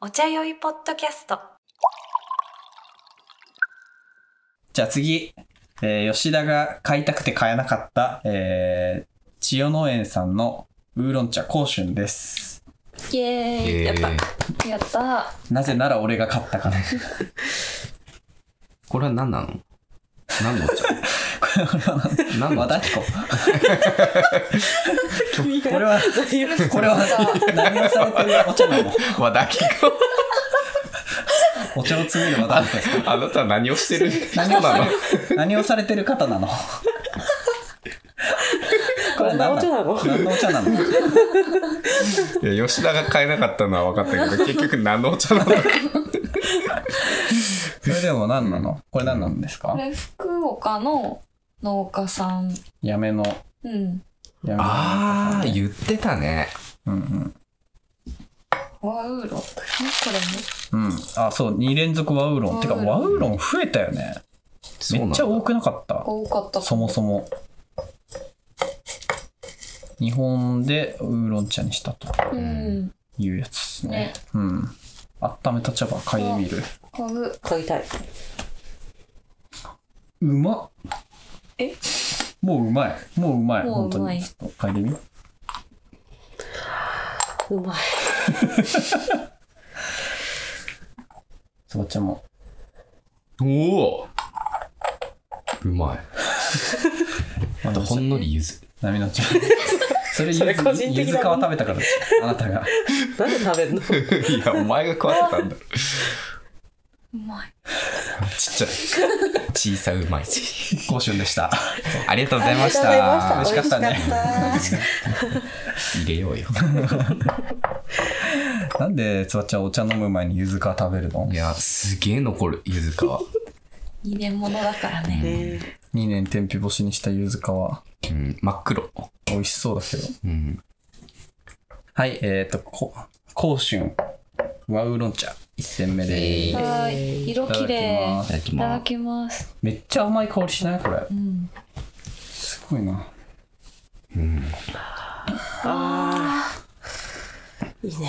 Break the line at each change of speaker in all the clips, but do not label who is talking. お茶酔いポッドキャスト。
じゃあ次、えー吉田が買いたくて買えなかった、えー、千代農園さんのウーロン茶香春です。
イエー
え
イやっ
ー
ぱやったー
なぜなら俺が買った から。
これは何なの何のお茶何のお
和
茶
田彦。
こ
これは、これは何をされてるお茶なの
和田貴子
お茶を詰める和田彦さ
あなたは 何をしてる人
何を
な
され
の
る何をされてる方な のこれ何なの何のお茶なの
いや吉田が買えなかったのは分かったけ ど結局何のお茶 なの
それでも何なのこれ何なんですか
これ福岡の農家さん
やめの。
うん
やめの
ああ言ってたね
うん
ワウーロンねこれ
う
も
ん。うん。あ、そう、2連続ワウーロン。てか、ワ
ワ
ウーロン増えたよね。めっちゃ多くなかった。
多かった
そもそも。日本でウーロン茶にしたと
もうん
いうやつですね。
ね
うん。温めた茶葉嗅いでみる。
買う
買いたい。
うまっ。
え
もううまい。もううまい。
もう
本
う
当
まい
に。ちょっと嗅いでみ。
うまい。
そばちゃんも。
おおうまい
まだ
あとほんのりゆず
波の茶。それゆ
それ個人
ず、
的だ
ゆず皮食べたからです。あなたが。
なんで食べん の
いやお前が食わせたんだろ
うまい
ちっちゃい小さいうま い
高春でした。
ありがとうございました
ありがとうございま
美味しかったね
美味しかっ
入れようよ
なんでつばちゃんお茶飲む前にゆず皮食べるの
いやすげえ残るゆず皮
二年ものだからね
ね
2年天日干しにしたゆず皮
うん真っ黒
美味しそうだけど
うん
はいえっ、ー、とこ甲春ワウーロン茶1煎目で
え
す
はーい色綺麗
い
いただき
いただ
ま
きます
めっちゃ甘い香りしないこれ
うん
すごいな
すうん
あーいいね。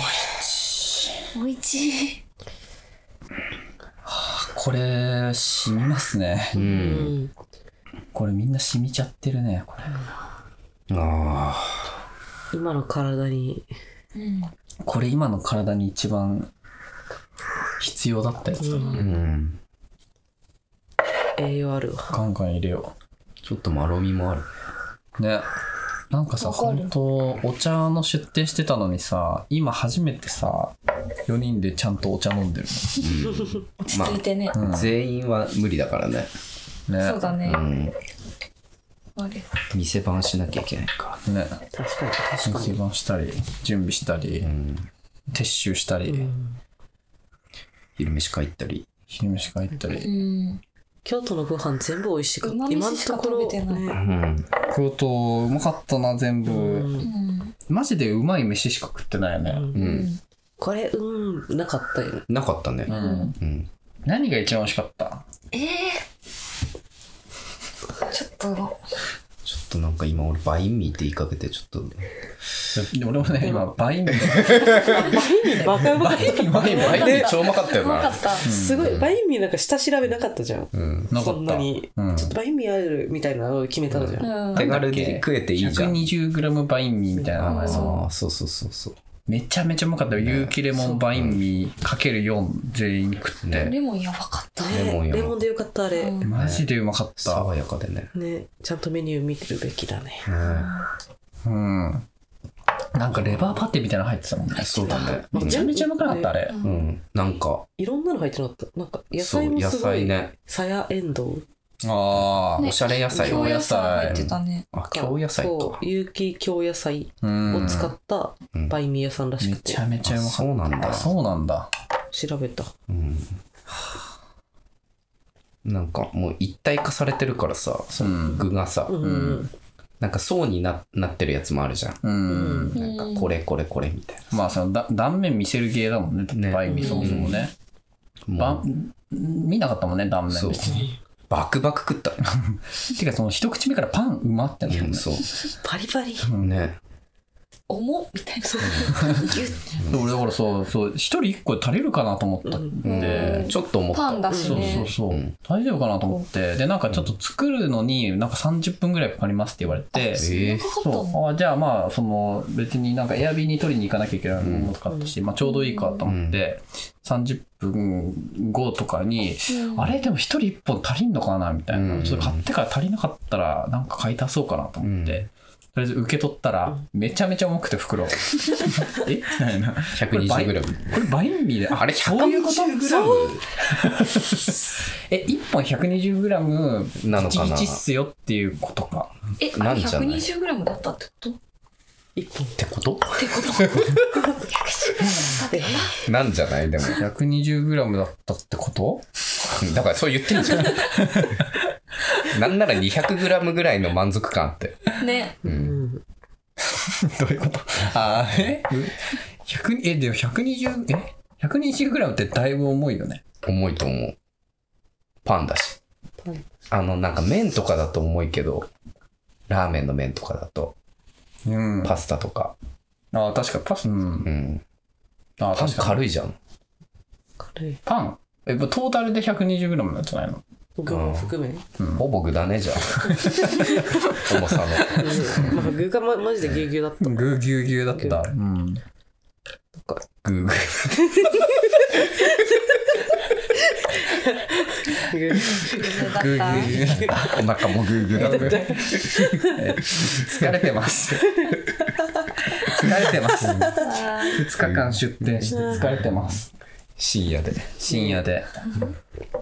おいちい
これ染みますね
うん
これみんな染みちゃってるねこれ
あ
今の体に。
うん
これ今の体に一番必要だったやつだな、
あうん
栄養あるわ。
ガンガン入れよ
ちょっとまろみもある
うねなんかさ
わかる
本当お茶の出店してたのにさ今初めてさ4人でちゃんとお茶飲んでる
落ち着いてね
の、うん
全員は無理だからね
ね
そうだね
うん
あれ
店番しなきゃいけないか
ね
確かに、確か
水
に。
盤したり準備したり、
うん
撤収したり、
うん
昼飯帰ったり
昼飯が行ったり、
うん
京都のご飯全部美味しかっ
うま
た。
み
今の
しか
ところ、
食べてない
うん
ね
京都うまかったな全部、
うん
うん
マジでうまい飯しか食ってないよ
う
ね
ん
うん
これ、うん、なかったよね。
なかったね
うん、
うん
何が一番美味しかった
えーちょっと
ちょっとなんか今俺バインミーって言いかけてちょっと
で俺もね今バインミー
バカうま
バ
い。
インミーバインミー
バインミー超うまかったよ
うまか
な
った
すごい、バインミーなんか下調べなかったじゃん。
うん
なか
そ
っ
ん
た
なに。
うん
ちょっとバインミーあるみたいなのを決めたじゃん。
うん
手軽に食えていいじゃん
120g バインミーみたいな名
あ
前の
あそうそうそうそう
めちゃめちゃうまかったよ有機レモンバインミーかける4全員食って、
ね
レモンやばかった
レモン
ね
よ
レモンでよかった、あれ。
うん
マジでうまかった、
爽やかでね
ね、ちゃんとメニュー見てるべきだね。
うんなんかレバーパテみたいなの入ってたもんね
そうだね
め
めちゃめちゃうまくなかったあれ、
う
うんんなんか
いろんなの入ってなかった。なんか野
そう
菜も
野
すご
菜
い。
ね
さやエンドウ。
ああ、
おしゃれ野菜
京
を
野菜入ってたね
あ京野菜
そ
か
う、有機京野菜
うん
を使った
うん
バインミー屋さんらし
め
くて
ちゃ、めちゃうまか
そ
っ
うなん
た
だ
そうなんだ
調べた。
うんなんかもう一体化されてるからさその具がさ、
うん
う
うん
ん
なんか層にななってるやつもあるじゃん、
うん
なんかこれこれこれみたい
まあそのだ断面見せる系だもんねだって
ね
バインミーそもそもね、ば、
なもうん
見なかったもんね断面
そう
別に
バクバク食った
てかその一口目からパンうまってなるもんね
そう
パリパリ。
うん
ね
重っみたいな。ギュッ
で俺だからそうそう一人一個足りるかなと思ったんで、
うん
ちょっと思った。
パンだし
そう
ね
そうそう、
うん
大丈夫かなと思ってでなんかちょっと作るのになんか30分ぐらいかかりますって言われて
えー
かかったの
そうあじゃあまあその別になんかエアビーに取りに行かなきゃいけないのもかったし、まあ、ちょうどいいかと思って、30分後とかに、
うん
あれでも1人1本足りんのかなみたいな、
うん
ちょっと買ってから足りなかったらなんか買い足そうかなと思って、
う
とりあえず受け取ったらめちゃめちゃ重くて袋 えみたいなこれ倍
120g。
これバインミーで
あれ
そういうこと
120g?
え1本 120g
なのかな
ギチギチっすよっていうことか
え、
な
あ
ん
れ
じゃない
120g だったってことっ
一本
ってこと
てこと ?110g だったってこ
なんじゃないでも。
120g だったってこと
だからそう言ってんじゃ ん。なんなら 200g ぐらいの満足感あって。
とね。
うん。
どういうことあーえ100えでも120え 120g ってだいぶ重いよね
重いと思う。パンだし。
パン
あの、なんか麺とかだと重いけど、ラーメンの麺とかだと、
うん
パスタとか。
あー確かにパスうん
うん。
あー
パン
確かに
軽いじゃん。
軽い。
パンえトータルで 120g なんじゃないの
具も含め。うん
ほぼ具だねじ ゃん。重さの。
まあ具がまマジでぎゅうぎゅう だった。
ぐぎゅうぎゅうだった
た
うん
グーグー。
ぎ
ぐぎゅ
ゅう
うぎゅう
お腹もグーグーだったよ。
疲れて ます。疲れてます。2日間出店して疲れてます。
深夜で。
深夜で。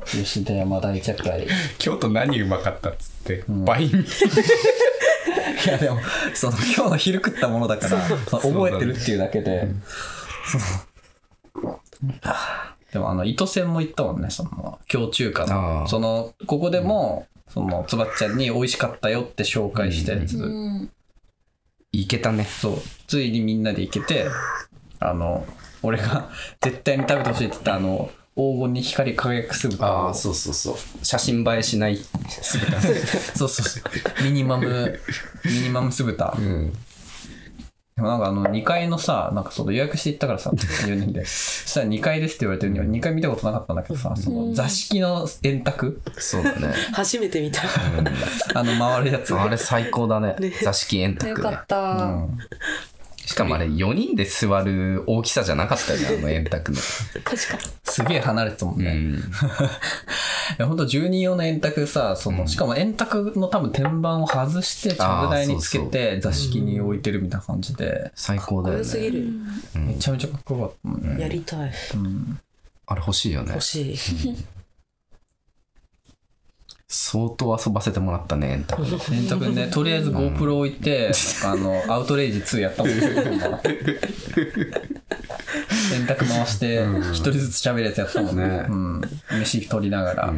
吉田山大茶会。い
京都何うまかったっつって、バインミー
やでも、その今日の昼食ったものだから、その覚えてるっていうだけで。でもあの、糸線も行ったもんね、その、京中華
あ
の。
ー
その、ここでも、その、つばっちゃんに美味しかったよって紹介したやつ。
うん。
いけたね。
そう、ついにみんなで行けて、あの、俺が絶対に食べてほしいって言ったあの、黄金に光り輝く酢豚
あ
を
あ、そうそうそう。写真映えし ない。
そうそうそう。ミニマム、ミニマム酢豚。
うん。
でもなんかあの、2階のさ、なんかその予約して行ったからさ、4人 で。そしたら2階ですって言われてるのに、2階見たことなかったんだけどさ、その座敷の円卓、
そうだね。
初めて見た。
あの、回るやつ。
あれ最高だね。座敷円
よ
卓
か
ね。
う
った。
ん、
しかもあれ4人で座る大きさじゃなかったじゃん、あの円卓の。
確かに。
すげえ離れてたもん
う
ね。
ん。
いや本当10人用の円卓さその、しかも円卓の多分天板を外してちゃぶ台につけて座敷に置いてるみたいな感じで、
最高だよ
良すぎ
ね。
る。
めちゃめちゃかっこよかったもん
や
ね、
りたい。
うん、
あれ欲しいよね
欲。しい。
相当遊ばせてもらったね、円卓。
円卓にねとりあえず GoPro 置い て、あのアウトレイジ2やったも んね円卓回して一人ずつ喋るやつやったもんね
ね
うん、飯取りながら、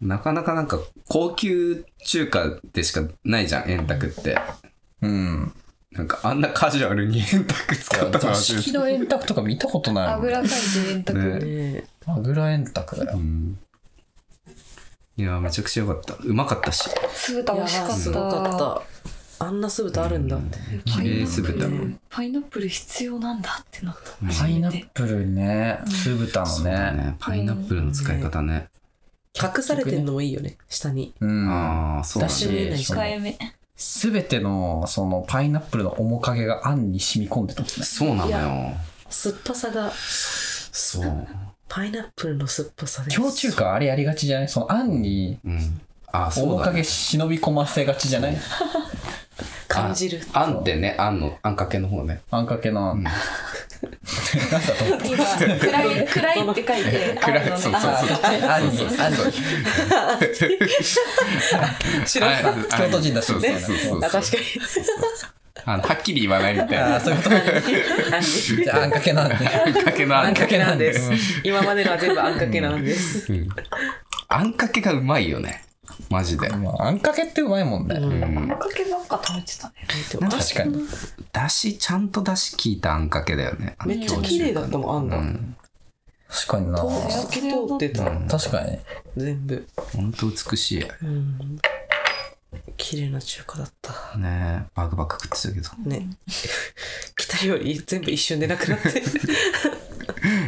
なかなかなんか高級中華でしかないじゃん、円卓って。
うん、
なんかあんなカジュアルに円卓使ったの
座
初め
敷
て
の円卓とか見たことない
あ
もん
ぐらかい自円卓。
ね
ね
あぐら円卓だよ
うんいや、めちゃくちゃ良かった。うまかったし。
酢
え。
豚
い
美
や
味しか
ー
った。
すごかった。あんな酢豚あるんだ。
綺麗酢豚。
パイナップル必要なんだってなった。
パイナップルね酢豚の
そうだね。パイナップルの使い方ね。
隠されてんのもいいよね。下に。
うん
ああ、そうだ
だ
ね。
し、
見えないし
その
控えめ。
全てのそのパイナップルの面影があんに染み込んでたもんね。
そうなの
い
よ。
酸っぱさが、
そう。
パイナップルの酸っぱさです。
京中華あれやりがちじゃないそのあんに
うん。ああ、そう
面
だね
影。忍び込ませがちじゃない
感じる。
あんってね、あんの、あんかけの方ね。
あんかけのあん。
ん
なんだと思った
今、暗い、暗いって書いて、
暗い
あの
そうそう
あ
そう
そっちあんに、あんに。
知らん
ああ
京都人だし
そうそうそうそう。
あ、確かに。
あのはっきり言わないみたい
あ
な。
あ、そういうことね。
あんに
じゃあ、あんかけのあんね。
あんかけのあ
あ
ん
ん
か
か
け。
けなんです。今までのは全部あんかけなんです。
あんかけがうまいよね。マジで。
まああんかけってうまいもんね。
うん。
あんかけばっか食べてたね。
確かに。
だし、ちゃんとだし効いたあんかけだよね。あの
めっちゃ綺麗だったもん、あんが。
確かにな。
透き通ってた。
確かに。
全部。
ほんと美しい。
うん。綺麗な中華だった。
ねえバクバク食ってたけど
ね。 来たより全部一瞬でなくなって。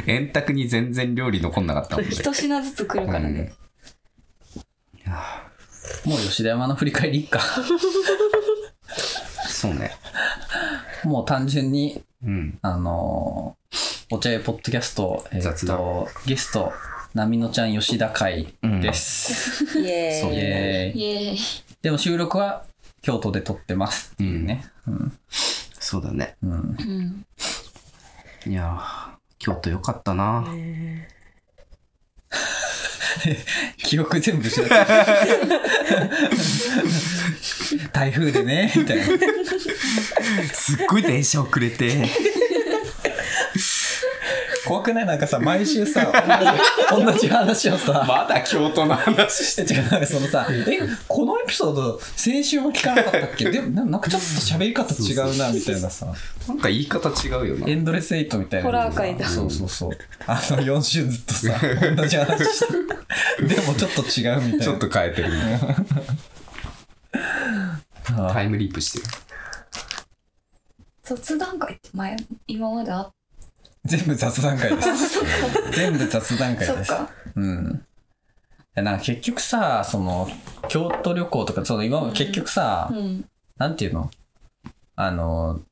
円卓に全然料理残んなかったもんね
一品ずつ来るからね。
うんいや
もう吉田山の振り返りいっ か。
そうね
もう単純に、
うん
あのーお茶屋ポッドキャスト、えーっと
雑談
ゲスト、なみのちゃん吉田会です。
イエ
そう
イエーイ
ーイ。
イエーイ。
でも収録は京都で撮ってますっていうね。うん。
そうだね
うん。
うん。
いやー京都よかったな、
ね
記憶全部失っち ゃった。台風でね、みたいな。
すっごい電車遅れて
怖くないなんかさ、毎週さ、同じ同じ話をさ、
まだ京都の話して
違う、なんかそのさ、え、このエピソード、先週も聞かなかったっけでも、ななんかちょっと喋り方違うな、 みたいなさ、
なんか言い方違うよな
エンドレスエイトみたいな。
ホラー界だ
そうそうそう。あの、4週ずっとさ、同じ話して、でもちょっと違うみたいな。
ちょっと変えてるみ たいなタイムリープしてる
雑談会って前、今まであっ
全部雑談会です。 全部雑談
た。
会
そ
で
っ
す。
か。
うん。なんか結局さ、その、京都旅行とか、その今も結局さ、
うん。
なんていうのあの、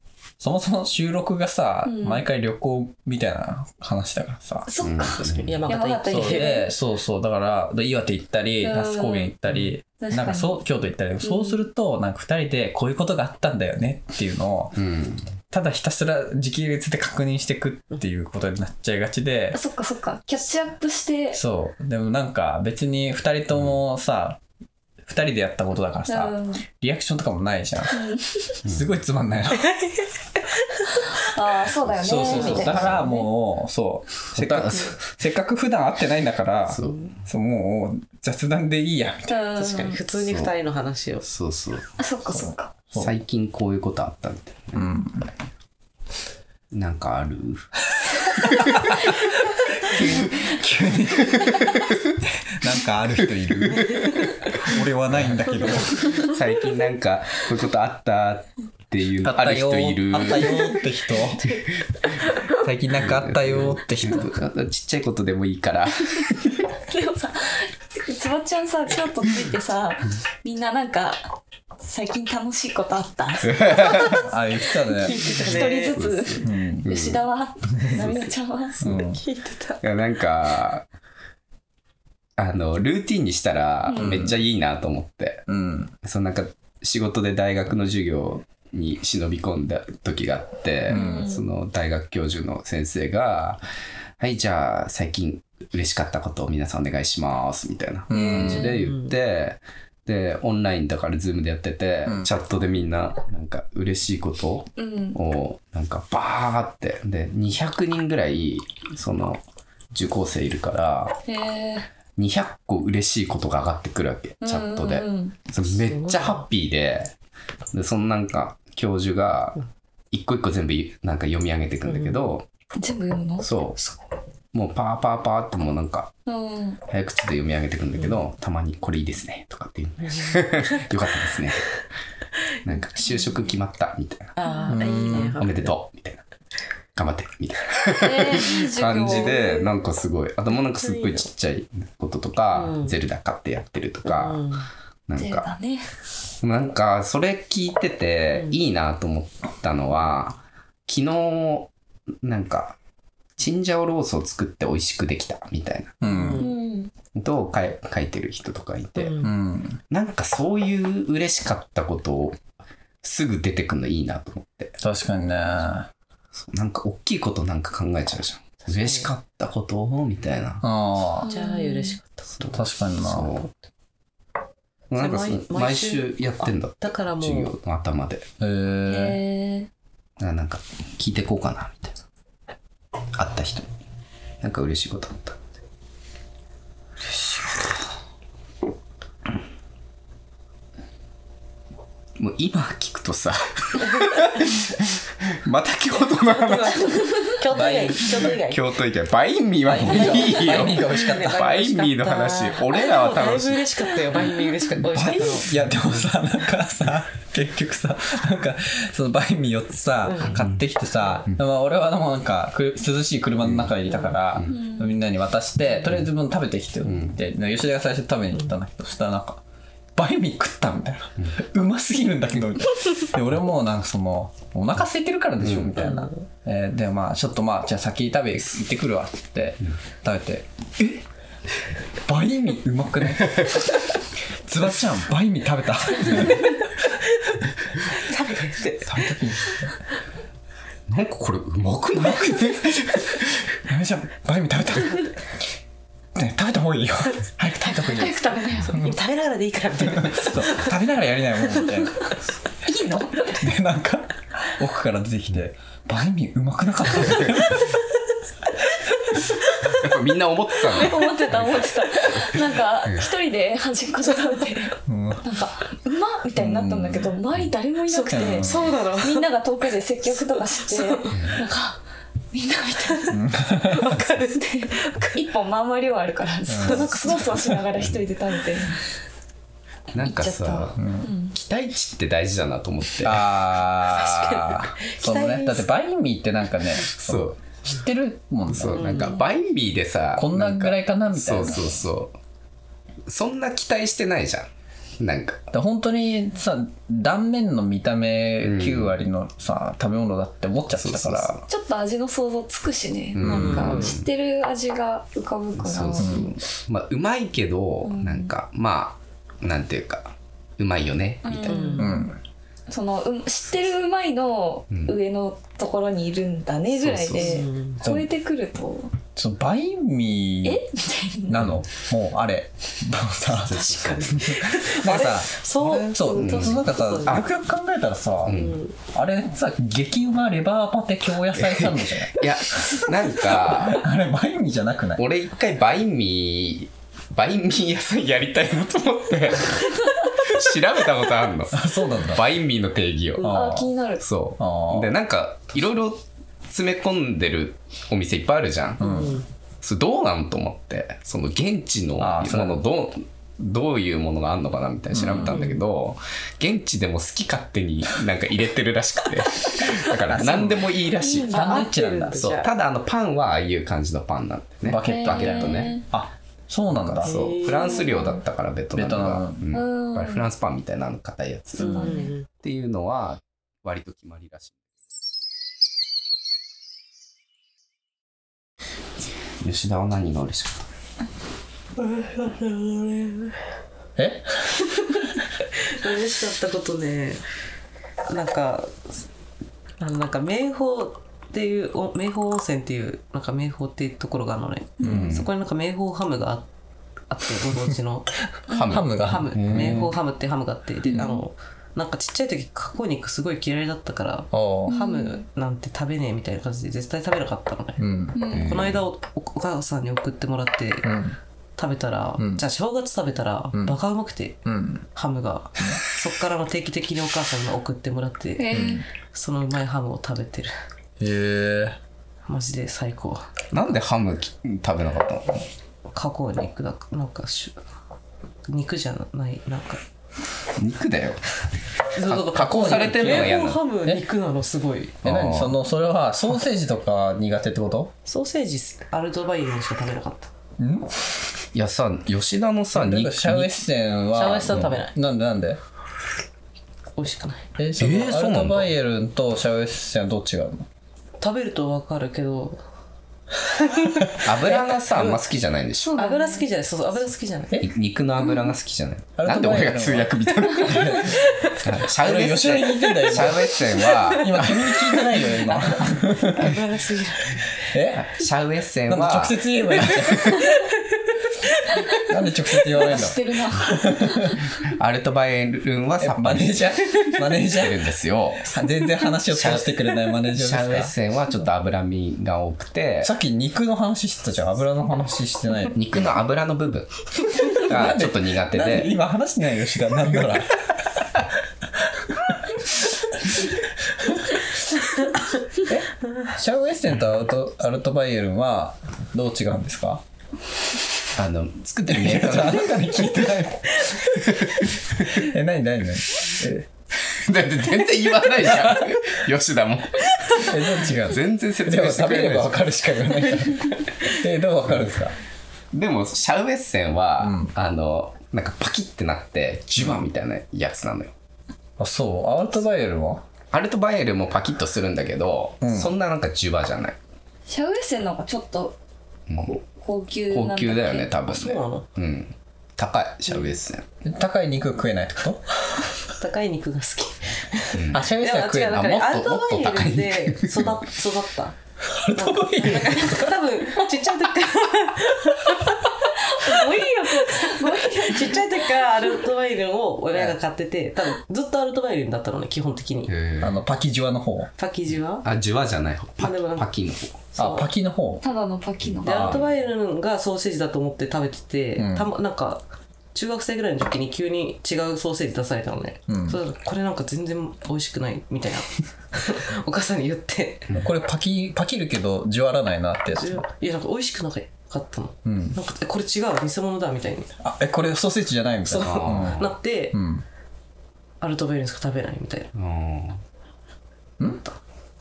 そもそも収録がさ、
うん
毎回旅行みたいな話だからさ。
そっ
うん
か。
確か
え
に
山形行って。
そうで、そうそう、だから、で岩手行ったり、
うん
那須高原行ったり、
確
なんか
かに。
そう、京都行ったり、そうすると、なんか二人でこういうことがあったんだよねっていうのを、
うん
ただひたすら時系列で確認してくっていうことになっちゃいがちで
あ、そっかそっか。キャッチアップして。
そう、でもなんか別に二人ともさ、二人でやったことだから
う
さ、
ん。
リアクションとかもないじゃん。すごいつまんないの。
ああ、そうだよね。
そうそうそう。
みたい
だ
な
からもう、そう。せっかく、 せっかく普段会ってないんだから、そう、
そう
もう雑談でいいや。
うん
確かに、普通に二人の話を。
そうそう
あ、そっかそっか。
そう
最近こういうことあったみたい
うん。
ななんかある
急に。なんかある人い る俺はないんだけど。
最近なんかこういうことあったっていうある人いる
あったよって人。最近なんかあったよって人。
ちっちゃいことでもいいから
でもさ、つばちゃんさ、京都ついてさ、みんななんか、最近楽しいこと あった。一
あ、言ってたね。
人ずつ。
うん。
吉田は、なみのちゃんは。
うん
聞いてた。
いやなんかあのルーティンにしたら
うん
めっちゃいいなと思って、
うん。
そのなんか仕事で大学の授業に忍び込んだ時があって、
うん
その大学教授の先生が「はいじゃあ最近嬉しかったことを皆さんお願いします」みたいな
う
感
ん。
じで言って、でオンラインだからズームでやってて、
うん
チャットでみんななんか嬉しいこと
うん。
をなんかバーってで200人ぐらいその受講生いるから
へえ。
200個嬉しいことが上がってくるわけチャットで、
うんうんうん
それめっちゃハッピーででそのなんか教授が一個一個全部なんか読み上げていくんだけど、
全部読むの
そうもうパーパーパーってもうなんか
うん。
早口で読み上げていくんだけど、たまに「これいいですね」とか っていうのよかったですね」なんか「就職決まった」みたいな
ああ、いいね
「。おめでとう」みたいな「頑張って」みたいな
えーいい授業
感じでなんかすごいあともうなんかすっごいちっちゃいこととか「
うん
ゼルダ買ってやってる」と
う
か、
ん
なん
ゼロ
か
だね。
なんかそれ聞いてていいなと思ったのは昨日なんかチンジャオロースを作って美味しくできたみたいな
うん。
うん。
ことを書い書いてる人とかいて、
うん
うん。
なんかそういう嬉しかったことをすぐ出てくるのいいなと思って。
確かにね。
そうなんか大きいことなんか考えちゃうじゃん。
に
嬉しかったことをみたいな。
あ
じゃあ、嬉しかった。
そう
あ。確かにな。
そう。なんかそ
毎
毎週やってんだ。
だからも
授
う、
業の頭で。だ
へえ。
へ
からなんか聞いてこうかなみたいな。会った人に。なんか嬉しいことあった。嬉しいもう今聞くとさまた京都の話
京都以外、京都以外。
京都以外バインミーはもういい
バインミーが
よ
美味しかった。
バインミーの話俺らは楽しい
あれでもだいぶ嬉しかったよ。バインミー嬉しかった。美味しかったの。
いやでもさなんかさ結局さなんかそのバインミー4つさ、買ってきてさ、まあ、俺はでもなんかく涼しい車の中にいたから、みんなに渡してとりあえず分食べてきてよって、で吉田が最初食べに行ったんだけどそしたらなんか「バインミー食った」みたいな「うますぎるんだけど」みたいなで俺もなんかその「お腹空いてるからでしょ」みたいな、えーでまあちょっとまあじゃあ先食べ行ってくるわっつって食べて「えバインミーうまくない?」つばちゃんバインミー食べた
食べてって。
なんかこれうまくない
やめちゃんバインミー食べたね食べた方がいいよ早く食べた方がいいよ
早く食べなよ。
でも食べながらでいいからみたいな。
そう食べながらやりなよもうみたいない
いの
でなんか奥から出てきてバインミーうまくなかったね
やっぱみんな思ってたの
思ってた思ってた。なんか、一人で端っこで食べて、なんか、うまっみたいになったんだけど、周り誰もいなくて、
うん
そうだろ。
みんなが遠くで接客とかして、なんか、みんなみたいな。
わかる。
一本まあまあ量あるから、なんかそわそわしながら一人で食べて。
なんか
言っちゃっ
さ、期待値って大事だなと思って
ああその
期
ね
待
だってバインミーってなんかねそ
そう
う知ってるもんね
そうなんかバインビーでさ
こんなぐらいかなみたいな
そうそうそうそんな期待してないじゃんなんか
だから本当にさ断面の見た目9割のさ、食べ物だって思っちゃった
そ
か
うそう
ら
ちょっと味の想像つくしね、
ん
なんか知ってる味が浮かぶから
そうそうまあうまいけど、なんかまあなんていうかうまいよねみたいな、
うん
そのうん知ってるうまいの上のところにいるんだねぐらいで
そうそう
超えてくると
そのバインミー
みたいな
なのもうあれもうさ
確かに。
なんか
そ
さ
う。
そう、なんかさ、よくよく考えたらさ、あれさ、激うまレバーパテ京野菜サンドじゃない
いやなんか
あれ、バインミーじゃなくない
俺一回バインミーバインミー屋さんやりたいなと思って 調べたことあるの
あ、そうなんだ。
バインミーの定義を、
あー気になる
そ
あー
うでなんかいろいろ詰め込んでるお店いっぱいあるじゃん、それどうなんと思ってその現地の
あ
も
ーそう
のどうどういうものがあんのかなみたいな調べたんだけど、現地でも好き勝手になんか入れてるらしくてだから何でもいいらしい
だサンドイッチなんだ
合ってる
そう
じゃあ
ただあのパンはああいう感じのパンなんでね
バケット
バケットね
あ、そうなんだ。
そ
へ
う
ー
フランス領だったからベトナムが
ベ
うん
うん
やっぱりフランスパンみたいなあの硬いやつ、
そう
っ
だね
うん
ていうのは割と決まりらしい吉田は何が嬉しかっ
え
嬉しかったことねなんかあのなんか名宝っていうお名宝温泉っていうなんか名宝っていうところがあるのね、そこになんか名宝ハムがああってご当地 の
たハム
ハムが。
ハム
へー
名宝ハムっていうハムがあってであのなんかちっちゃい時加工肉すごい嫌いだったから
おう
ハムなんて食べねえみたいな感じで絶対食べなかったのね、
うん。
この間おおお母さんに送ってもらって
うん。
食べたら、
ん
じゃあ正月食べたら
ん
バカうまくて、
うん。
ハムがそっからの定期的にお母さんが送ってもらって
えー
そのうまいハムを食べてる
へえ。
マジで最高
なんでハムき食べなかったの
加工肉だなんかしゅ肉じゃないなんか
肉だよ
か
加工されてるのが嫌なの
ハム肉なのすごい
え、
あ
何
ー
その、それは、ソーセージとか苦手ってこと
ソーセージアルトバイエンしか食べなかった
ん
いやさ吉田のさ
なん
肉
かシャウエッセンは。
シャウエッセンは食べない
なんでなんで
美味しくない
え、そ
えー
の
そ
ア
うな
ル
んだ
トバイエルンとシャウエッセンはどっちがあるの
食べるとわかるけど
油がさあんま好きじゃないんでしょ
油好きじゃないそうそう油好きじゃない
い肉の油が好きじゃない、
うん
なんで俺が通訳みたいなシャウエッ
吉田
セ
に
ン
聞いてんだよ、
シャウエッセン は
今。今、君に聞いてないよ、今。
油がすぎる
え
シャウエッセン
なんで
は
直接言えばいい じゃん。なんで直接言わないの
知ってるな
アルトバイエルンはさ っ
マ
ぱ
ネ
り
ー
し
ジャーマネージ
て
ャ
るんですよ
ー全然話を通してくれないマネージ
シ
ャ
ャ
ー
ウ
で
エッ
すか
センはちょっと脂身が多くて
さっき肉の話してたじゃん。油の話してない。
肉の脂の部分がちょっと苦手
なんで
で
今話してないよ、吉田。なんなら。シャウエッセンとアウトアルトバイエルンはどう違うんですか
あの、作ってる
い
メ
や
ーカー が
誰かに聞いてない え何何何え
だって全然言わないじゃ ん。吉田も。
えどう違うの
全然説
で
明
も
して
食
く
べ
れ
れば
な
わ
い。
かるしか言わないからえどうわかるんですか
でも、シャウエッセンは、
うん
あの、なんかパキってなって、ジュバみたいなやつなのよ。
あそうアウトバイエルンは
アルトバイエルもパキッとするんだけど、
うん
そんななんかジュバじゃない。
シャウエッセンの方がちょっと
うん
高級なん
高
だっけ
級だよね、多分
そうなの
ね。うん。高い、シャウエッセン。
高い肉が食えないってこと
高い肉が好き
あシャウエッ
で
センは食えな
も違うないんかね
あ
ア
もっ
ウ
と
トバイエルで育 っ育った
アウトバイエルン
多分ちっちゃい時 から
語彙力語彙力
ちっちゃい時からアルトバイルンを親が買ってて、多分ずっとアルトバイルンだったのね、基本的に。
へ
あ
ー
のパキジュワの方
パッケージは。
あ、ジュワじゃない。パ
でもなんか
パキの方。
あパキの方
ただのパキの
で、アルトバイルンがソーセージだと思って食べてて、
うん
たま、なんか、中学生ぐらいの時に急に違うソーセージ出されたのね。
うん
それこれなんか全然美味しくないみ たいな。お母さんに言って。
これパキパキるけどジュワらないなってやつ
いや、なんか美味しくなかったの。
うん
なんか、えこれ違う、偽物だみたいに
あえこれソーセージじゃないみたいな
そう
うん
なって、
うん
アルトバイルンしか食べないみたいな。
うん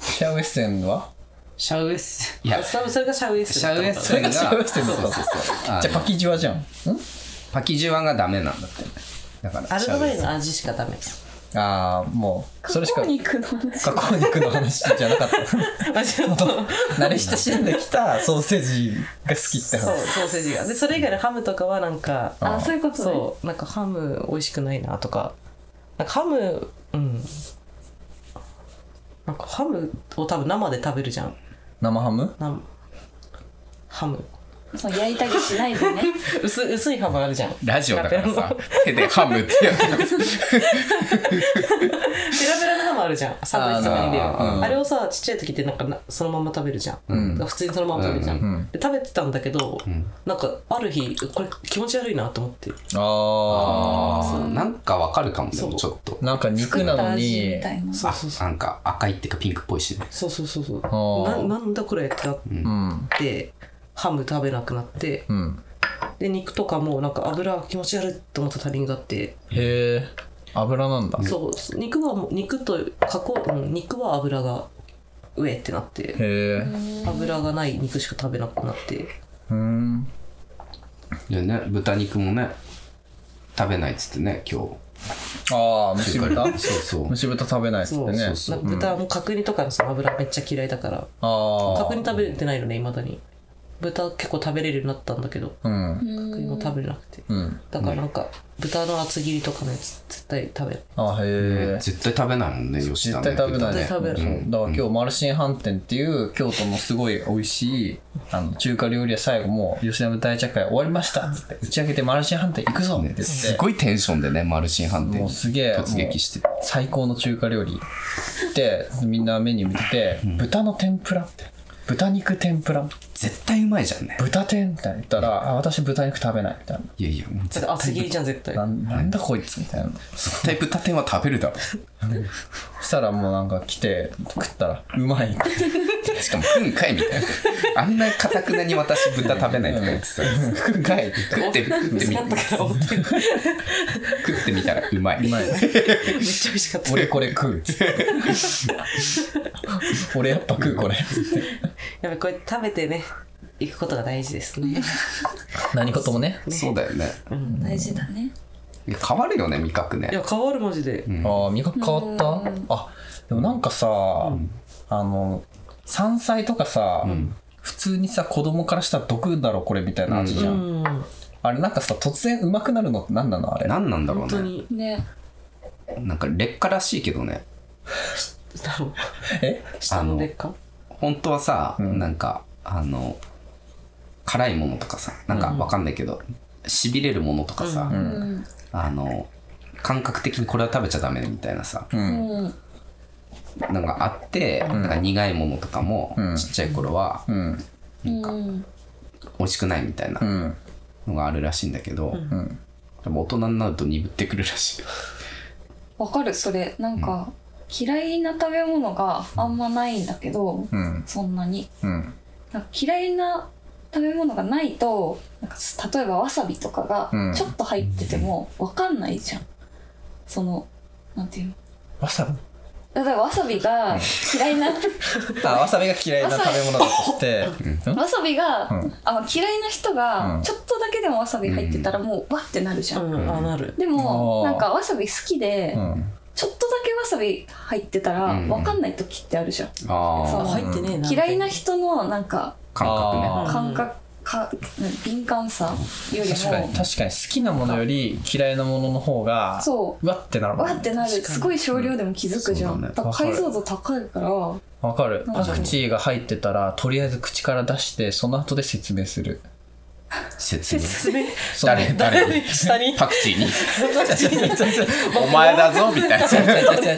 シャウエッセンは
シャウエッセン。いや、
それそれがシャウエッセン
シャウエッ
そ
セ
れ
ンが、
がシャウエッセンだった
そうそうそうあ
じゃあパ
の
キジュワじゃんん
パキジュワがダメなんだってね。だから、
アル
シャ
ト
ウ
バ
エ
イ
ッ
ルン
セン。
の味しかダメ。
ああもうそれしか
肉の話
加工肉の話じゃなかった
あちょっと
慣れ親しんできたソーセージが好きって
そう
話
ソーセージがでそれ以外のハムとかはなんか
あ
あそういうことね
そうなんかハム美味しくないなとかなんかハムうんなんかハムを多分生で食べるじゃん
生ハム
なんハム
そう焼いたりしないで ね
薄薄いハムあるじゃんペ
ラジオだから
ラペラ
さ
の、
手でハムってやる。
ラペラのハムあるじゃんサンドイッチとかに入れる
あ
あ,、
ーうん
れをさちっちゃい時ってなんかなそのまま食べるじゃん、普通にそのまま食べるじゃん、
うんうん
で食べてたんだけど、
ん
なんかある日これ気持ち悪いなと思って
あ
あーなんかわかるかも、でもちょっと
あ。なんか肉なのに
みたいな
そう
あ
そう、そう
なんか赤いっていうかピンクっぽいしね。
そうそうそうそう
あー
ななんだこれってなっ
うん
てハム食べなくなって
うん
で肉とかもなんか油気持ち悪いと思ったタイミングがあって、
へえ油なんだ
そう肉はもう肉と加工、うん、肉は油が上ってなって
へえ
油がない肉しか食べなくなって
うん
いやね、豚肉もね、食べないっつってね、今
ああ蒸し 豚
日。そうそう
蒸。し豚食べないっつって
そう、
ね
そうそう豚も角煮とかのその油めっちゃ嫌いだから
あ
角煮食べれてないのねいまだに豚結構食べれるようになったんだけど
あうん
角煮も食べれなくて
うん
だからなんか豚の厚切りとかのやつ絶対食べない
あへ
えー
え
絶対食べないもんね、吉田
絶
ね。
対食べないね
絶対食べない
うんだから今日マルシン飯店っていう京都のすごい美味しいあの中華料理屋最後もう吉田の大茶会終わりましたっつって打ち上げてマルシン飯店行くぞって言って
すごいテンションでね、マルシン飯店
もうすげえ
突撃して。
最高の中華料理でみんなメニュー見てて豚の天ぷらって豚肉天ぷら
絶対うまいじゃんね。
豚天みたいな言ったらあ私豚肉食べないみたい
いやいや、もう
だっ
絶
て厚切りじゃん絶対
ななんなんだこいつみたいな
絶対豚天は食べるだろ。
そしたらもうなんか来て食ったらうまいって
しかも、食うんかいみたいな。あんなかたくなに私豚食べないとか言ってさ、
食うんかいって言って
食って、食ってみ、
だから思ってる
食ってみたらうまい。
うまい
めっちゃ美味しかった
俺これ 食う俺やっぱ食うこれ
やっぱこれ食べてね行くことが大事ですね
何事もね
そうだよね。
大事だね
いや変わるよね、味覚
い
ね。
や変わるマジで、
ああ味覚変わったあでもなんかさ、あの山菜とかさ、普通にさ子供からしたら毒だろこれみたいな味じゃん、
うん本
あれなんかさ突然うまくなるのって何なのあれ
何なんだろう
当
ね。
に
ね
なんか劣化らしいけどね。
だろう
え
下の劣化
本当はさ、
ん
なんかあの辛いものとかさなんかわかんないけど、しびれるものとかさ、
うん
あの感覚的にこれは食べちゃダメみたいなさ、
うん
うん
なんかあって、なんか苦いものとかも、
うん
ちっちゃい頃は
うん
うん
美味しくないみたいな
うん
のがあるらしいんだけど、
ん
多分大人になると鈍ってくるらしい
わかるそれなんか、嫌いな食べ物があんまないんだけど、
うん
そんなに。
うん
なんか嫌いな食べ物がないと、なんか例えばわさびとか
うん
がちょっと入っててもわかんないじゃん。その、なんていうの
わさび
だからわさびが嫌い な、
あわさびが嫌いな食べ物だとしてうん
わさびが、
うん
あの嫌いな人
う
が
ん
ちょっとだけでもわさび入ってたらもうわってなるじゃん。
うん、あなる。
でも
あー
なんかわさび好きで、
うん
ちょっとだけわさび入ってたら
うん
わかんない時ってあるじゃん、
あ
そ
あ
う
あ
入ってねえな。
嫌いな人のなんか
感覚
あ
ね
ー
感覚、か敏感さより
確かに確
も
かに好きなものより嫌いなものの方が
そう
わってなる
うわってなる
確かに
すごい少量でも気づくじゃん、
うんそうだね
だから解像度高いから
わかる
うん
パクチーが入ってたらとりあえず口から出してその後で説明する
説明
その
誰誰に
下に。
パクチーに
お
お前だぞみた いな
違う違う違う違う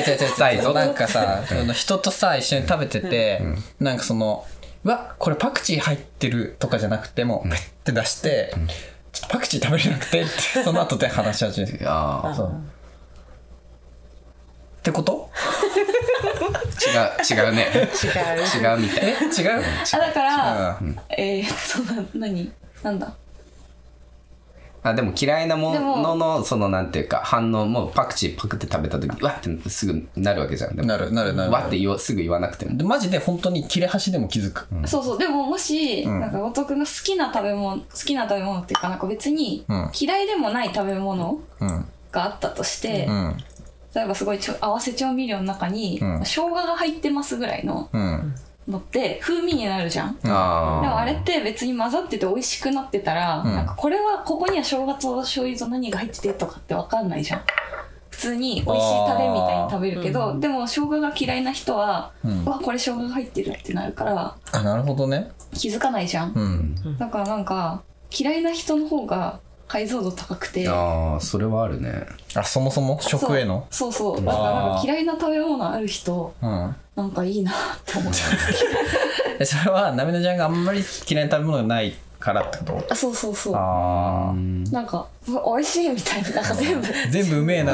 違う違う違うなんかさその人とさ一緒に食べてて、なんかそのうわこれパクチー入ってるとかじゃなくてもうペッて出して、ちょっとパクチー食べれなくてってその後で話し始める
あ
そうってこと
ー違う違うね違うみたい
え違う
あだから、
うん
えー、その何なんだ
あでも嫌いなも
で
の
も
のそのなんていうか反応もパクチーパクって食べた時うわってすぐなるわけじゃんでも
なるなるなる
わって言わすぐ言わなくても
でマジで本当に切れ端でも気づく、
そうそうでももし、
ん
なんか後藤君が好きな食べ物好きな食べ物っていうかなんか別に
うん
嫌いでもない食べ物
うん
があったとして、
うん
例えばすごいちょ合わせ調味料の中に、
うん
生姜が入ってますぐらいの
うん
のって風味になるじゃん。
あ
でも
あ
あれって別に混ざってて美味しくなってたら、
ん
なんかこれはここには生姜と醤油と何が入っててとかって分かんないじゃん普通に美味しいタレみたいに食べるけど、でも生姜が嫌いな人は、
う
うんわこれ生姜が入ってるってなるから
あなるほどね
気づかないじゃん、
うん
だからなんか嫌いな人の方が解像度高くて
あーそれはあるね
あそもそも食への
そうそうそうだからなん
あ
か
ー
嫌いな食べ物ある人
うん
なんかいいなって思っ
えそれはなめなちゃんがあんまり嫌いな食べ物がないからってこと
たそうそうそう
ああ
なんかうわ美味しいみたいななんか全部こ
全部うめえ な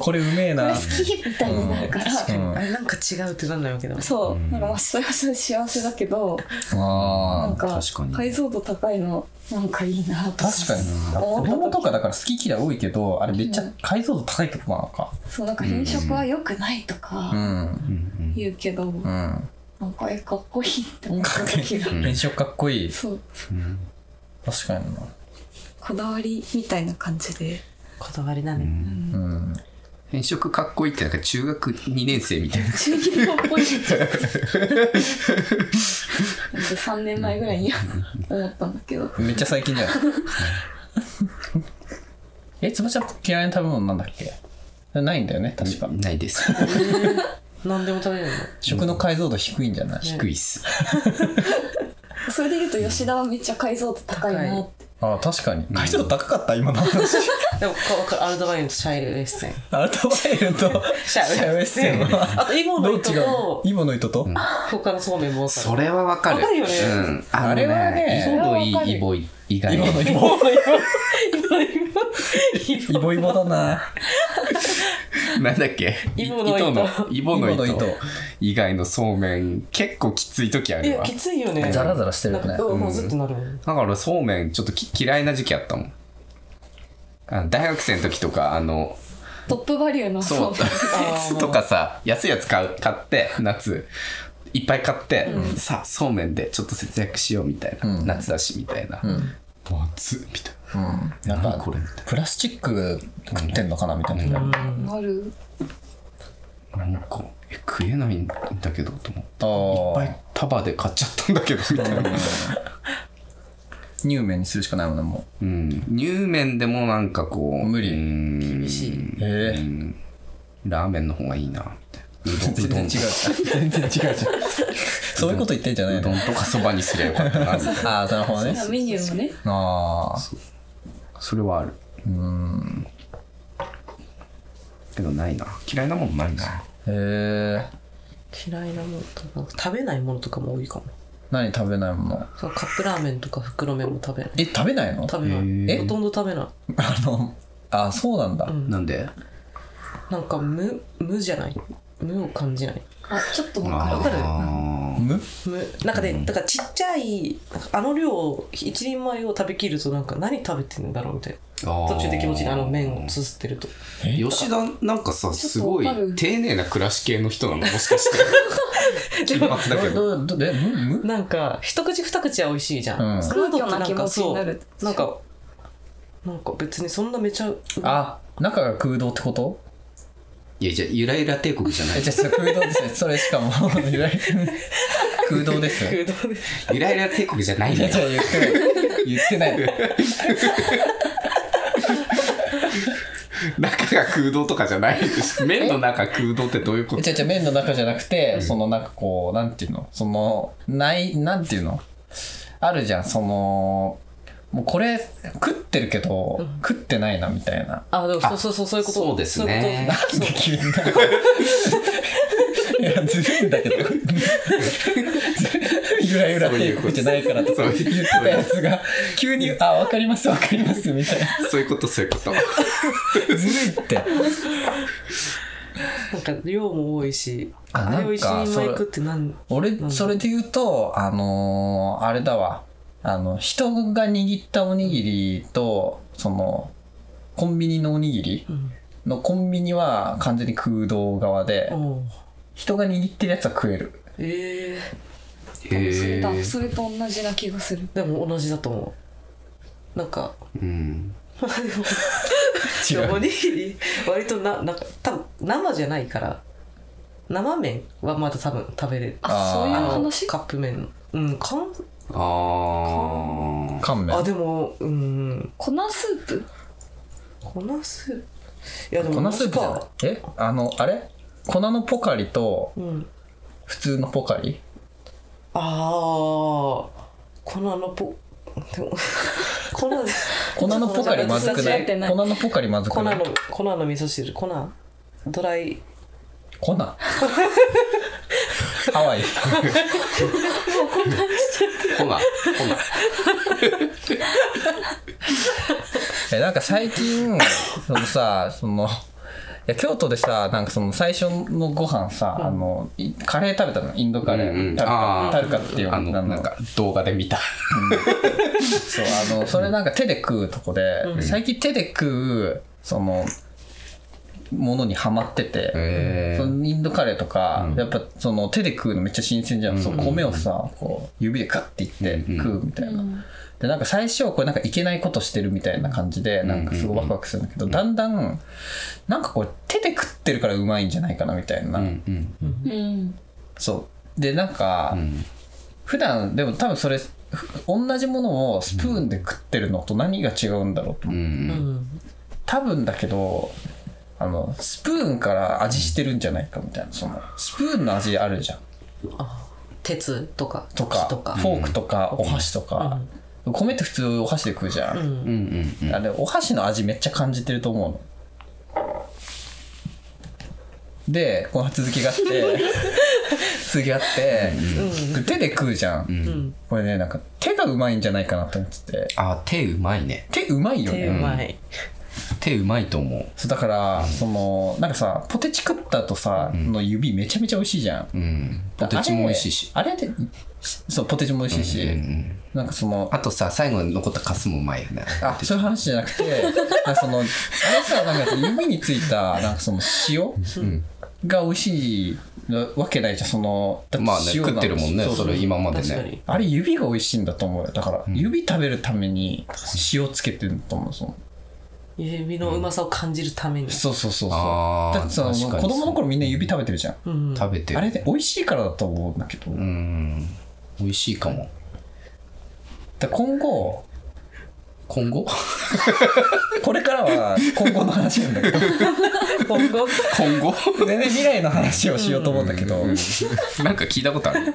これうめえ
れ
な
好きみたいになるから、
うん
あれなんか違うってなんないわけだもん。
そうなんかまあそれはそれで幸せだけどな
あ
んか
確かに
解像度高いのなんかいいなと
確かに子供とかだから好き嫌い多いけどあれめっちゃ解像度高いとこなのか
そうなんか変色は良くないとか
うん
言うけど、
うん
なんかえかっこいいって思った時が、
変色かっこいい
そう
確かにな
こだわりみたいな感じで
こだわりだね。
うん
変色かっこいいってなんか中学2年生みたいな
中二病っぽいなんか3年前ぐらいに思ったんだけど
めっちゃ最近じゃん えつばちゃん嫌いな食べ物なんだっけないんだよね確か
ない です
何でも食べれるの。
食の解像度低いんじゃない
低いっす
それで言うと吉田はめっちゃ解像度高いなって
あ確かに解像度高かった今の話
でもかわかるアルドバインとシャイレッセン。
アルトバイル と
シャ
シャウエッセン は
あとイボ
ど
の
う
糸
違う
と
イボの糸と、
他のそうめんも
それはわかる
わかるよね
うん、あ
あれはね
イボド
それはわか
イ
る
イボイ以外
イボのイボイボイボだな
なんだっけ
イボの
糸
糸
のイボの
イボの
糸
糸
以外のそうめん結構きつい時あ
い
る
や
わ
きついよね。
ザラザラしてるよね
なんかうんもうずっとなるもん。
だからそうめんちょっとき嫌いな時期あったもんあ大学生の時とかあの
トップバリューの
そう
ー
とかさ安いやつ買う買って夏いっぱい買って、さあそうめんでちょっと節約しようみたいな、
うん
夏だしみたいな、
ん
夏みたい
うんなんか
な何これみたい
プラスチック食ってんのかなみたいな、あ
なる
ななんかえ食えないんだけどと思っていっ
あ
ぱい束で買っちゃったんだけどみたいな、
乳麺にするしかないもんねも
うん、乳麺でもなんかこう
無理
厳
しいう
へえ
ラーメンの方がいいなみたいなうどん
全
うど
然違
ん
うじゃん全然違う じゃんそういうこと言ってんじゃないう
ど
の
んとかそばにすりゃよかったなみたいな
ああなるほどね
メニューもね
あ
それはある
あうん
けどないな嫌いなもんないな
へえ
嫌いなものとか食べないものとかも多いかも。
何食べないもの
そうカップラーメンとか袋麺も食べない。
え食べないの
食べな
へ
い。
ー
ほとんど食べない。
あのあそうなんだ、
ん
なんで
なんか無無じゃない無を感じない
あちょっとわ
あ
かる
ー
む
無なんかで、だからちっちゃいなんかあの量を一人前を食べきるとなんか何食べてんだろうみたい
あ
な
ー
途中で気持ちであの麺をすすってると
吉田なんかさすごい
ちょっとわかる
丁寧な暮らし系の人なのもしか して金髪だけど
どどえむむ
なんか一口二口は美味しいじゃ
うん
ん、その後って
空虚な気持ちになる
そうなんかなんか別にそんなめちゃ
あ中が空洞ってこと
いやじゃあゆらゆら帝 国じゃな
え
い
じゃあ空洞ですねそれしかも いわゆる空洞です
空洞で
ゆらゆら帝国じゃない
い
の
や
よ
じゃあ言ってない言ってない
中が空洞とかじゃないです麺の中空洞ってどういうこ
え
と
じゃあじゃあ麺の中じゃなくて、そのなんかこうなんていうのそのないなんていうのあるじゃんそのもうこれ食ってるけど、食ってないなみたいな
あでもそうそうそうそういうこと
そうですね
そういうこと
急になんかいやずるいんだけどゆらゆら帝国じゃないからと
そう
か
いうこと
言ってたやつが急に「あわかりますわかります」みたいな
そういうことそういうこと
ずるいって
そうなんか量も多いし
あ
あれを一
なんか
人
そ
前
れ
食ってなん
俺それで言うとあのーあれだわあの人が握ったおにぎりとそのコンビニのおにぎり
ん
のコンビニは完全に空洞側で
うん
人が握ってるやつは食える
え
そ
え
れ
へ
だ
え
それと同じな気がする
でも同じだと思うなんか
うん
違う
おにぎり割とななんか多分生じゃないから生麺はまだ多分食べれる
あー
あそういう話
カップ麺のうんかん
ああ
乾
あ
麺
でもうん
粉スープ
粉スープいやでも
粉スープじゃないえあのあれ粉のポカリと
うん
普通のポカリ
ああ粉のポ でも粉で
粉のポカリまずくな
ちょっと混ざっ
い
てない
粉のポカリまず
粉
くない
の粉の味噌汁粉ドライ
粉 ハワイ
ほなほな
えなんか最近そのさそのいや京都でさなんかその最初のご飯さ、あのいカレー食べたのインドカレー、
うんうん
タル
あ
カ
ー
タルカっていう
あの
な
なんん
か
か動画で見た
そうあの それなんか手で食うとこで、最近手で食うそのものにはまってて、
へ
そのインドカレーとか、
うん
やっぱその手で食うのめっちゃ新鮮じゃん、その米をさこう指でカッていって
うんうん
食うみたいな、でなんか最初これなんかいけないことしてるみたいな感じでなんかすごいワクワクするんだけど、だんだんなんかこれ手で食ってるからうまいんじゃないかなみたいな、
うんうん
うん
そうでなんか、
うん
普段でも多分それふ同じものをスプーンで食ってるのと何が違うんだろうと思って
うんうん
うん
多分だけどあのスプーンから味してるんじゃないかみたいなそのスプーンの味あるじゃん
鉄とか
とか
木とか
フォークとかお箸とか、米って普通お箸で食うじゃん、
うんうん
あれお箸の味めっちゃ感じてると思うのでこの続きがあって続きがあって、手で食うじゃん、これねなんか手がうまいんじゃないかなと思ってて
あ手うまいね
手うまいよね
手うまい
手うまいと思う
そうだから、そのなんかさポテチ食った後さ、の指めちゃめちゃ美味しいじゃん、
うんポテチも美味しいし
あれあれでそうポテチも美味しいし、なんかその
あとさ最後に残ったカスもうまいよね
あそういう話じゃなくてなんかそのあれさなんか指についたなんかその塩が美味しいわけないじゃんそのだ
まあね
塩な
食ってるもんね
そう
それ今まで
確か
ね
に
あれ指が美味しいんだと思うよだから、指食べるために塩つけてると思うその
指のうまさを感じるために
そうそうそうそう
あー
だってその
確かに
子供の頃みんな指食べてるじゃん
うん
食べて
あれで美味しいからだと思うんだけど、
う
だか
ん美味しいかも
ら今後
今後
これからは今後の話なんだけ ど
今後
今後
全然未来の話をしようと思うんだけど、
なんか聞いたことある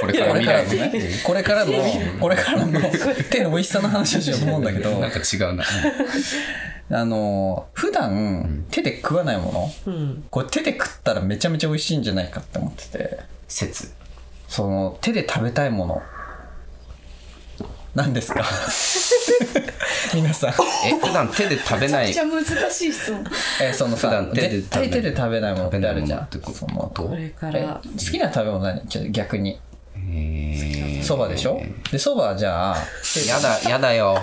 これか
こ
ら
れ
未
からの
来の
ねこれからのこれからの手の美味しさの話をしようと思うんだけど
なんか違うな
あの普段手で食わないもの
うん
これ手で食ったらめちゃめちゃ美味しいんじゃないかって思ってて
説
その手で食べたいもの何です か皆さん、
え、普段手で食べない
めっちゃ難しい質問。
えその
普
さ
段手で食べ
絶対手で食べないものってあるじゃん
食べないものってこ
その
こと
これか
え
ら
好きな食べ物何ちょっと逆に
えー
そばでしょでそばはじゃあ
やだ、やだよ。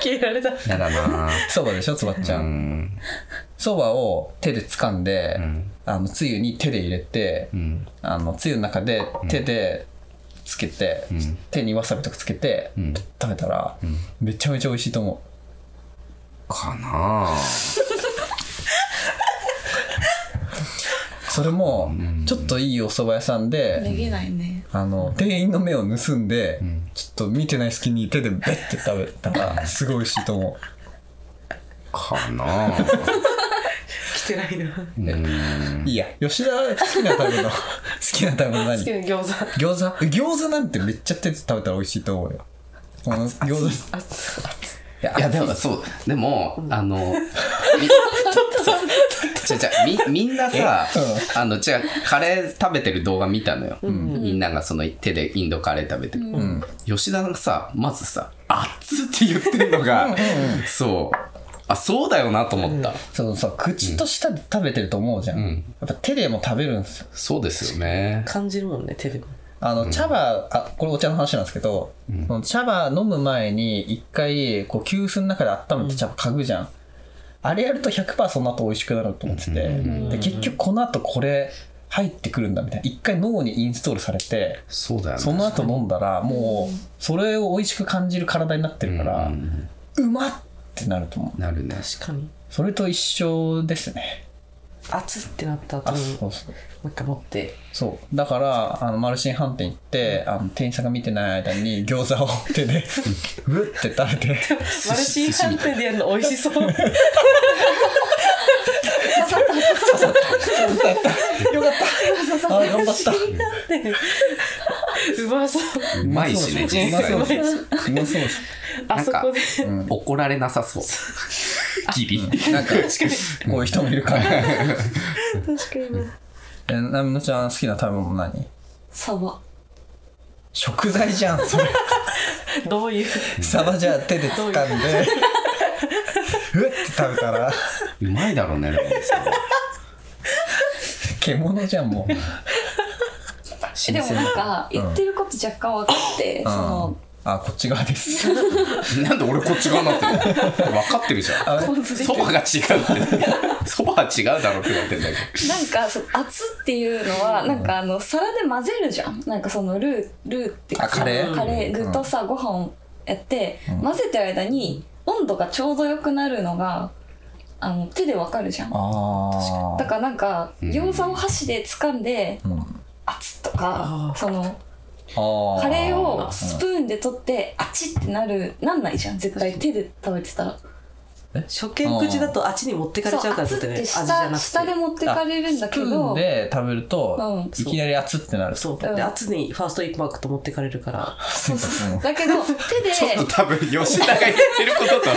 消えられた
やだな
そばでしょつばっちゃ
うんん。
そば、を手で掴んで、
ん
あのつゆに手で入れて、
うん。
あのつゆの中で手でつけて、
ん
手にわさびとかつけて、
ん
食べたら、めちゃめちゃ美味しいと思
かなあ
うそれも、ちょっといいお蕎麦屋さんで、
めげないね。
あの店員の目を盗んで、ちょっと見てない隙に手でベッて食べたらすごい美味しいと思
かなあ
来てないな好
ういいや吉田好きな食べ物好きな食べ物何
きな餃子
餃子餃子なんてめっちゃ手で食べたら美味しいと思うよこの餃子い
あつ
や
いや、 でもそう、でも、あの、み ちょちょみみんなさ、あの、違う、カレー食べてる動画見たのよ。みんながその手でインドカレー食べてる。吉田がさ、まずさ、熱って言ってるのが、そう、あ、そうだよなと思った。
そのさ口と舌で食べてると思うじゃん、
ん
やっぱ手でも食べるんですよ
そうですよね。
感じるもんね手でも
あの茶葉、あこれお茶の話なんですけど、その茶葉飲む前に一回こう急須の中で温めて茶葉嗅ぐじゃん、あれやると100%その後美味しくなると思ってて、で結局この後これ入ってくるんだみたいな一回脳にインストールされて
そうだよ
そ
ね。
の後飲んだらもうそれを美味しく感じる体になってるから、うまっってなると思う
なるね。
確かに
それと一緒ですね
熱ってなった後
あ
に
そ
も
うそう
う一回持って
そうだからあのマルシン飯店行ってあの店員さんが見てない間に餃子を手でグッて食べて
マルシン飯店でやるの美味しそう
よかったあー頑張った
うまそう
うまいしね、
う
実
ま
際
そう
に。
うまそう
あそこで
怒られなさ そう。ギリ。
なんかこういう人もいるからえ
確かに。
なみのちゃん好きな食べ物何
サバ。
食材じゃんそれ
どういう
サバじゃあ手で掴んでうって食べたら
うまいだろうね、でもそれ
獣じゃんもう
えでもなんか言ってること若干分かって、その
あこっち側です
なんで俺こっち側になってるの分かってるじゃん。そばが違う って。そばは違うだろうってなってんだけ
なんかその熱っていうのはなんかあの皿で混ぜるじゃん。なんかそのルールーって
あカレー
カレー具とさご飯やって混ぜてる間に温度がちょうど良くなるのがあの手で分かるじゃん。
あ
だからなんか餃子を箸で掴んで
ん
熱とか
あー
その
あ
カレーをスプーンで取ってあちってなるなんないじゃん絶対手で食べてたら。
初見口だとあっちに持ってかれちゃうから
そ
だ
う
ってね
熱
味
って
じ
下
ゃな
下で
くて
持ってかれるんだけ
スプーン
ど
で食べると、
うん
いきなり熱ってなる
そう
うん
で熱にファーストインパクト持ってかれるから
そうそう
だけど手で
ど。多分吉田が言ってることと。
えでも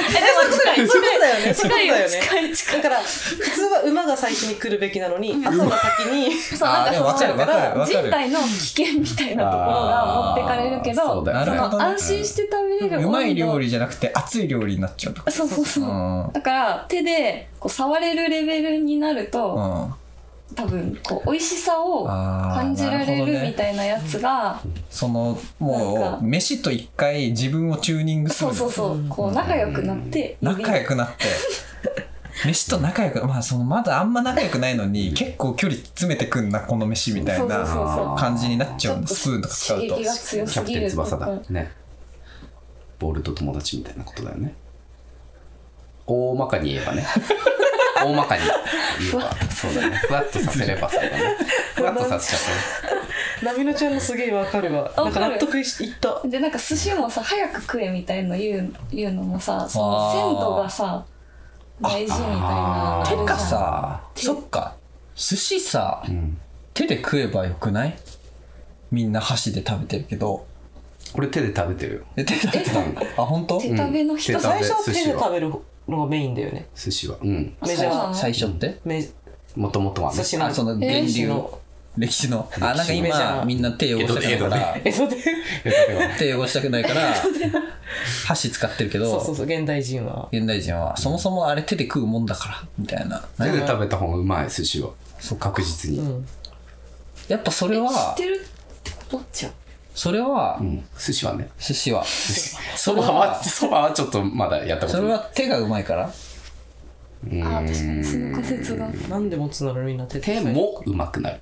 近い
そうだよねそう
近
だ
いよ
よね
近い近い
だから普通は馬が最初に来るべきなのに朝が先に
そうなんかその
あーでも分かる分かる分かる
人体の危険みたいなところが持ってかれるけ
あーそ
ど
うだよね
そ
なるほど
の
ね
安心して食べれる温
う
度
まい料理じゃなくて熱い料理になっちゃうとか
そうそうそううんだから手でこう触れるレベルになる
う
と
ん
多分こう美味しさを
あー
感じら
なる
れ
ほど
る
ね
みたいなやつが
その
なん
も
か
う飯と一回自分をチューニングす
そ
る
うそうそうこう仲良くなって
仲良くなって飯と仲良くまあそのまだあんま仲良くないのに結構距離詰めてくんなこの飯みたい
そうそうそうそ
な
う
感じになっち
ち
ゃうん
ょっ
だ
と
スプーンとか使う
刺
と
激が強
キ
す
ャプ
ぎ
テン
る
翼だ
うん。
ね。ボールと友達みたいなことだよね。大まかに言えばね。大まかに言えば。そうだね。ふわっとさせればそうだね。ふわっとさせちゃっ
ナミノちゃんのすげえわかるわなんか納得いった
でなんか寿司もさ早く食えみたいの言う言うのもさその鮮度がさ大事みたいな
あー
とこ
て
じゃ
か
ん
さそっか寿司さ、
ん
手で食えばよくないみんな箸で食べてるけど
た。俺手で食べてるよ。
え手で食べてたのあ本当
手食べの人
うん手
さ
食
最初は手で食べるのがメインだよね
寿司は。うん。
メジャ
そうな
ー
の
最初って
メ
もともとはね
寿。司
あその
の
電
寿司
流
の
歴史の。あ、なんか
歴史の
今、みんな手汚したくないから、
江戸で
手汚したくないから、箸使ってるけ
そうそう
ど、
そう現代人は
現代人は、そもそもあれ手で食うもんだから、みたいな。
手で食べた方がうまい寿司はそう確実に、
やっぱそれ
知っ
は、
てるってことじゃん
それは
う、ん、寿司はね
寿司は、
そばはそばはちょっとまだやったこと
そ
ない
れは手がうまいから。
あー確かにその仮説が
なんで持つならみんな手
手もうまくなる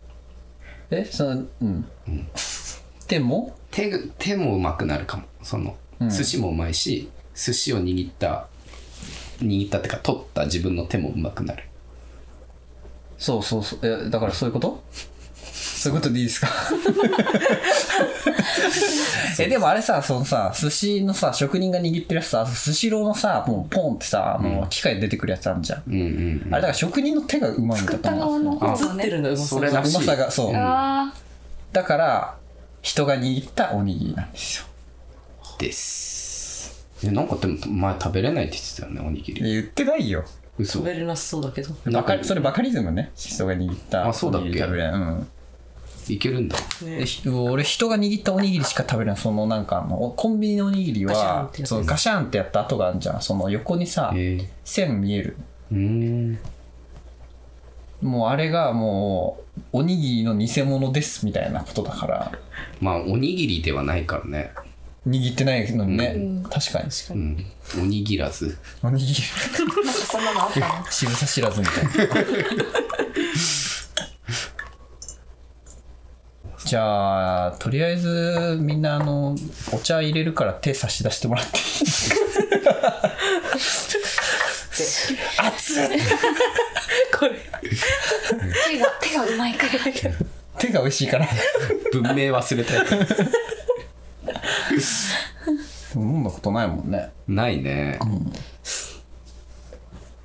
え、その、うん。手も
手が手もうまくなるかもその、寿司もうまいし寿司を握った握ったってか取った自分の手もうまくなる
そうそうそう。え、だからそういうことそういうことでいいですかえ、でもあれさ、そのさ、寿司のさ、職人が握ってるやつさ、寿司ローのさ、もうポンってさ、あの、機械で出てくるやつあるじゃん。
うんうん
あれだから職人の手がうまいんだ
作っ
と思
た側
う。
の方が
映って
ね
るんだうま
そ
そう
れ
だ
ら
うま
しい
さが、そう。
あー
だから、人が握ったおにぎりなんですよ。
ですえなんかでも前食べれないって言ってたよねおにぎり
言ってないよ。
嘘
食べれなそうだけど
なん
バ
か
カそれバカリズムね。人が握った
あそうだっけ
おにぎり食べれないうん。
いけるんだ
えひ俺人が握ったおにぎりしか食べれないそのなんかあのコンビニのおにぎり
ガシャンっ
は
てやつ
そうガシャンってやった跡があるじゃんその横にさ
へえ
線見える
うーん
もうあれがもうおにぎりの偽物ですみたいなことだから
まあおにぎりではないからね、
握ってないのにね、確かに
うん、おにぎら ず
おにぎり
なんかそんなのあったの
渋さ知らずみたいな じゃあとりあえずみんなあのお茶入れるから手差し出してもらっていい
これ
手が手がうまいから
手が美味しいから
文明忘れたやつ
飲んだことないもんね
ないね、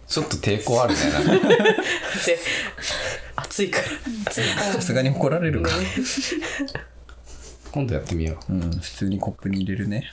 ちょっと抵抗あるねなんか
で暑いから
さすがに怒られるか、
今度やってみよう
うん普通にコップに入れるね